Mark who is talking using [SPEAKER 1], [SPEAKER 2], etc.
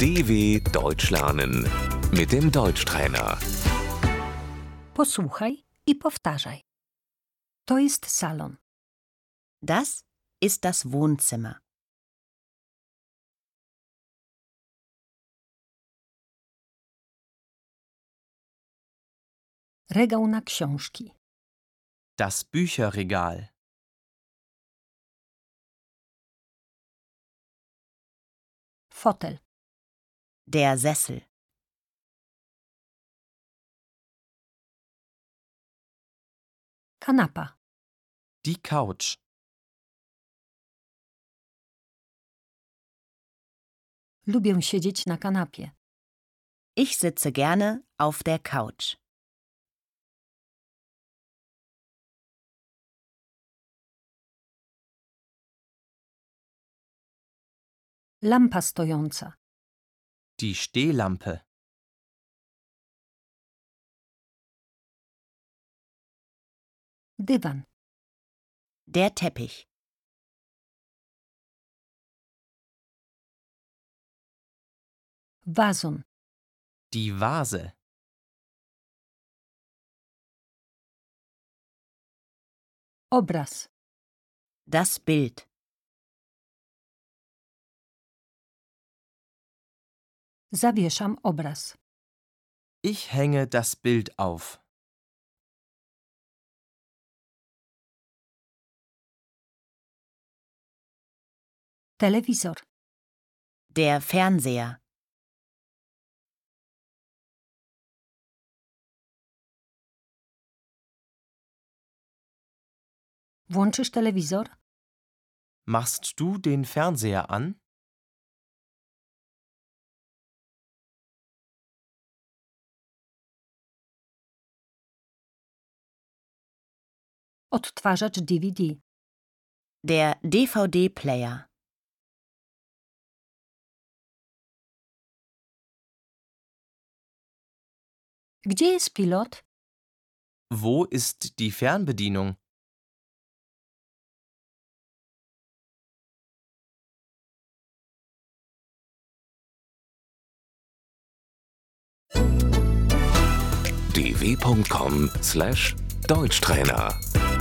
[SPEAKER 1] DW Deutsch lernen mit dem Deutschtrainer.
[SPEAKER 2] Posłuchaj i powtarzaj. To jest salon.
[SPEAKER 3] Das ist das Wohnzimmer.
[SPEAKER 2] Regał na książki.
[SPEAKER 4] Das Bücherregal.
[SPEAKER 2] Fotel.
[SPEAKER 3] Der Sessel.
[SPEAKER 2] Kanapa.
[SPEAKER 4] Die Couch.
[SPEAKER 2] Lubię siedzieć na kanapie.
[SPEAKER 3] Ich sitze gerne auf der Couch.
[SPEAKER 2] Lampa stojąca.
[SPEAKER 4] Die Stehlampe.
[SPEAKER 2] Dywan.
[SPEAKER 3] Der Teppich.
[SPEAKER 2] Wazon.
[SPEAKER 4] Die Vase.
[SPEAKER 2] Obraz.
[SPEAKER 3] Das Bild.
[SPEAKER 2] Zawieszam obraz.
[SPEAKER 4] Ich hänge das Bild auf.
[SPEAKER 2] Telewizor.
[SPEAKER 3] Der Fernseher.
[SPEAKER 2] Włączysz telewizor?
[SPEAKER 4] Machst du den Fernseher an?
[SPEAKER 2] Odtwarzacz DVD.
[SPEAKER 3] Der DVD-Player.
[SPEAKER 2] Gdzie jest pilot?
[SPEAKER 4] Wo ist die Fernbedienung?
[SPEAKER 1] dw.com/deutschtrainer